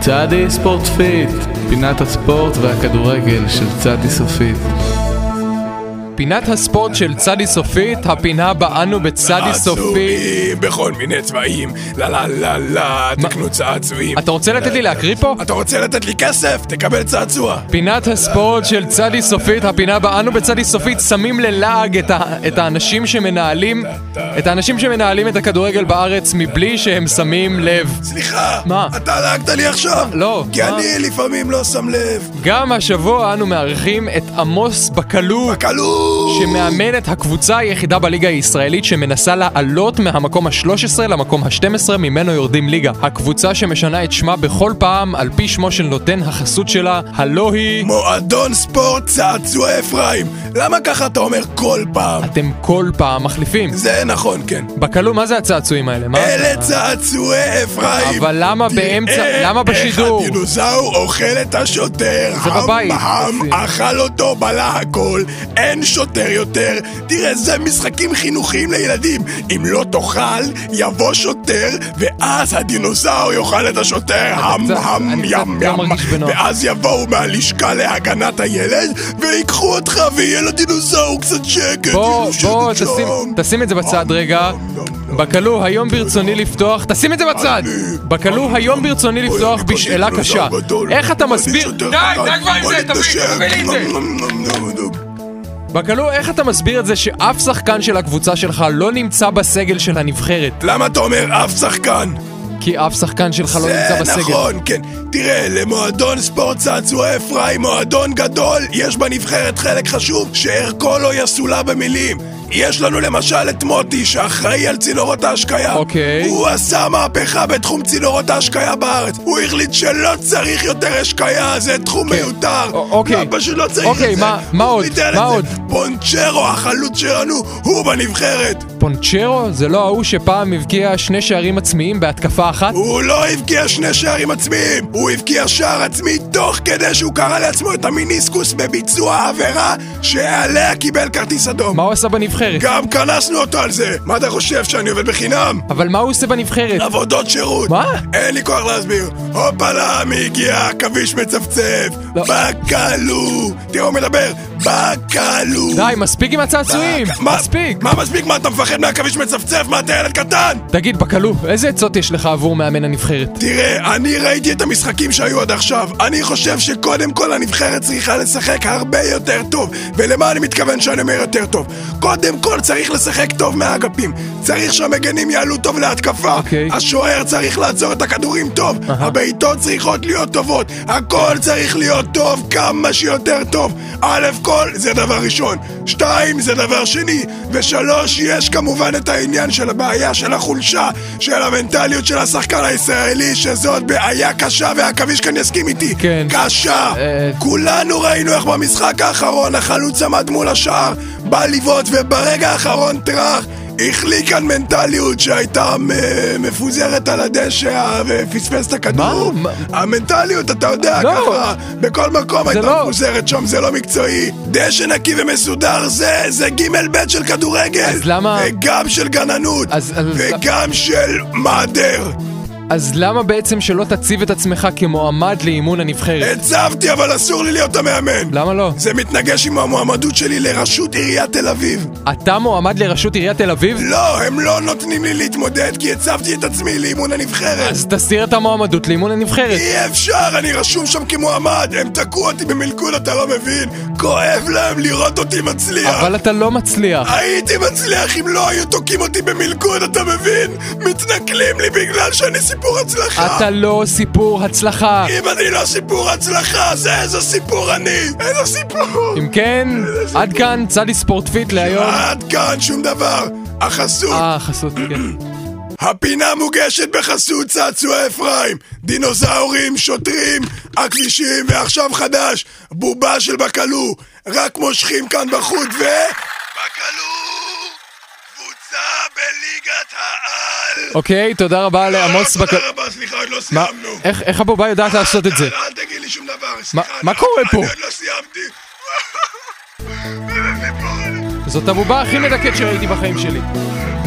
צעדי ספורט פיט, פינת הספורט והכדורגל של צעדי סופית. פינת הספורט של צדי סופית, הפינה בה אנו בצדי סופית. צעצועים בכל מיני צבעים, לה לה לה לה, תקנו צעצועים. אתה רוצה לתת לי להקריא פה? אתה רוצה לתת לי כסף? תקבל צעצוע. פינת הספורט של צדי סופית, הפינה בה אנו בצדי סופית שמים ללעג את, ה- את האנשים שמנהלים את האנשים שמנהלים את הכדורגל בארץ מבלי שהם שמים לב. סליחה, מה? אתה לעגת לי עכשיו? לא, כי מה? אני לפעמים לא שם לב. גם השבוע אנו מארחים את עמוס בקלו, בקלות! שמאמן את הקבוצה היחידה בליגה הישראלית שמנסה לעלות מהמקום ה-13 למקום ה-12 ממנו יורדים ליגה. הקבוצה שמשנה את שמה בכל פעם על פי שמו של נותן החסות שלה, הלא היא... מועדון ספורט צעצוע אפרים. למה ככה אתה אומר כל פעם? אתם כל פעם מחליפים. זה נכון, כן. בקלו, מה זה הצעצועים האלה? מה? אלה צעצועי אפרים! אבל למה תראה באמצע- למה בשידור? איך הדינוזאור אוכל את השוטר! זה חם, בבית. חם, אכל אותו, בלע הכל, אין שוטר יותר! תראה, זה משחקים חינוכיים לילדים! אם לא תאכל, יבוא שוטר, ואז הדינוזאור יאכל את השוטר! קצת- חם, חם, אני קצת ים, לא ים! מרגיש בנוח. ואז יבואו מהלשכה להגנת הילד, ויקחו אותך ויהיה לדינוזאור קצת שקט! בוא, שקט, בוא, שלום. תשים- תשים את זה בצד נום, רגע. נום, נום, נום. בקלו, היום ברצוני לפתוח... תשים את זה בצד! בקלו, היום ברצוני לפתוח בשאלה קשה. איך אתה מסביר... די, די כבר עם זה, תביא, תביא לי את זה! בקלו, איך אתה מסביר את זה שאף שחקן של הקבוצה שלך לא נמצא בסגל של הנבחרת? למה אתה אומר אף שחקן? כי אף שחקן שלך לא נמצא זה בסגל. נכון, כן. תראה, למועדון ספורט צעצועי אפרים, מועדון גדול, יש בנבחרת חלק חשוב שערכו לא יסולא במילים. יש לנו למשל את מוטי, שאחראי על צינורות ההשקיה. אוקיי. הוא עשה מהפכה בתחום צינורות ההשקיה בארץ. הוא החליט שלא צריך יותר השקיה, זה תחום כן. מיותר. א- אוקיי. לא, פשוט לא צריך אוקיי, את זה. מה- מה עוד? ניתן את מה זה. עוד? פונצ'רו, החלוץ שלנו, הוא בנבחרת. פונצ'רו זה לא ההוא שפעם הבקיע שני שערים עצמיים בהתקפה אחת? הוא לא הבקיע שני שערים עצמיים! הוא הבקיע שער עצמי תוך כדי שהוא קרע לעצמו את המיניסקוס בביצוע עבירה שעליה קיבל כרטיס אדום. מה הוא עשה בנבחרת? גם קנסנו אותו על זה! מה אתה חושב, שאני עובד בחינם? אבל מה הוא עושה בנבחרת? עבודות שירות! מה? אין לי כוח להסביר. הופלה, מי הגיע? עכביש מצפצף! לא. בקלו! תראו, הוא מדבר! בקלו! די, מספיק עם הצעצועים! מה- מספיק! מה מספיק? מה אתה מפחד מעכביש מצפצף? מה אתה ילד קטן? תגיד, בקלו, איזה עצות יש לך עבור מאמן הנבחרת? תראה, אני ראיתי את המשחקים שהיו עד עכשיו. אני חושב שקודם כל הנבחרת צריכה לשחק הרבה יותר טוב. ולמה אני מתכוון שאני אומר יותר טוב? קודם כל צריך לשחק טוב מהאגפים. צריך שהמגנים יעלו טוב להתקפה. אוקיי. השוער צריך לעצור את הכדורים טוב. הבעיטות צריכות להיות טובות. הכל צריך להיות טוב כמה שיותר טוב. א' כל זה דבר ראשון. שתיים זה דבר שני. ושלוש יש כמובן את העניין של הבעיה של החולשה, של המנטליות של השחקן הישראלי, שזאת בעיה קשה והעכביש כאן יסכים איתי. כן. קשה. אה. כולנו ראינו איך במשחק האחרון החלוץ עמד מול השער, בא לבעוט וברגע האחרון טראח. החליק כאן מנטליות שהייתה מ- מפוזרת על הדשא אה, ופספס את הכדור. מה? המנטליות, אתה יודע, לא. ככה, בכל מקום הייתה לא. מפוזרת שם, זה לא מקצועי. דשא נקי ומסודר זה, זה ג' ב' של כדורגל. אז למה- וגם של גננות. אז- אז- וגם של מעדר. אז למה בעצם שלא תציב את עצמך כמועמד לאימון הנבחרת? הצבתי, אבל אסור לי להיות המאמן. למה לא? זה מתנגש עם המועמדות שלי לראשות עיריית תל אביב. אתה מועמד לראשות עיריית תל אביב? לא, הם לא נותנים לי להתמודד כי הצבתי את עצמי לאימון הנבחרת. אז תסיר את המועמדות לאימון הנבחרת. אי אפשר, אני רשום שם כמועמד. הם תקעו אותי במלכוד, אתה לא מבין? כואב להם לראות אותי מצליח. אבל אתה לא מצליח. הייתי מצליח אם לא היו תוקעים אותי במלכוד, אתה מבין? מתנכלים לי בגלל שאני סיפור הצלחה. אתה לא סיפור הצלחה. אם אני לא סיפור הצלחה, אז איזה סיפור אני? איזה סיפור? אם כן, עד כאן צדי ספורט פיט להיום. עד כאן שום דבר. החסות. אה, חסות, כן. הפינה מוגשת בחסות צעצועי אפרים, דינוזאורים, שוטרים, הכבישים, ועכשיו חדש, בובה של בקלו, רק מושכים כאן בחוט ו... בקלו! קבוצה בליגת העל! אוקיי, תודה רבה לעמוס לא, בקלו. תודה רבה, סליחה, עוד לא מה, סיימנו. איך- איך הבובה יודעת לעשות את זה? אל- אל תגיד לי שום דבר, סליחה. מה אני- קורה פה? אני עוד לא סיימתי. זאת הבובה הכי מדכאת שראיתי בחיים שלי.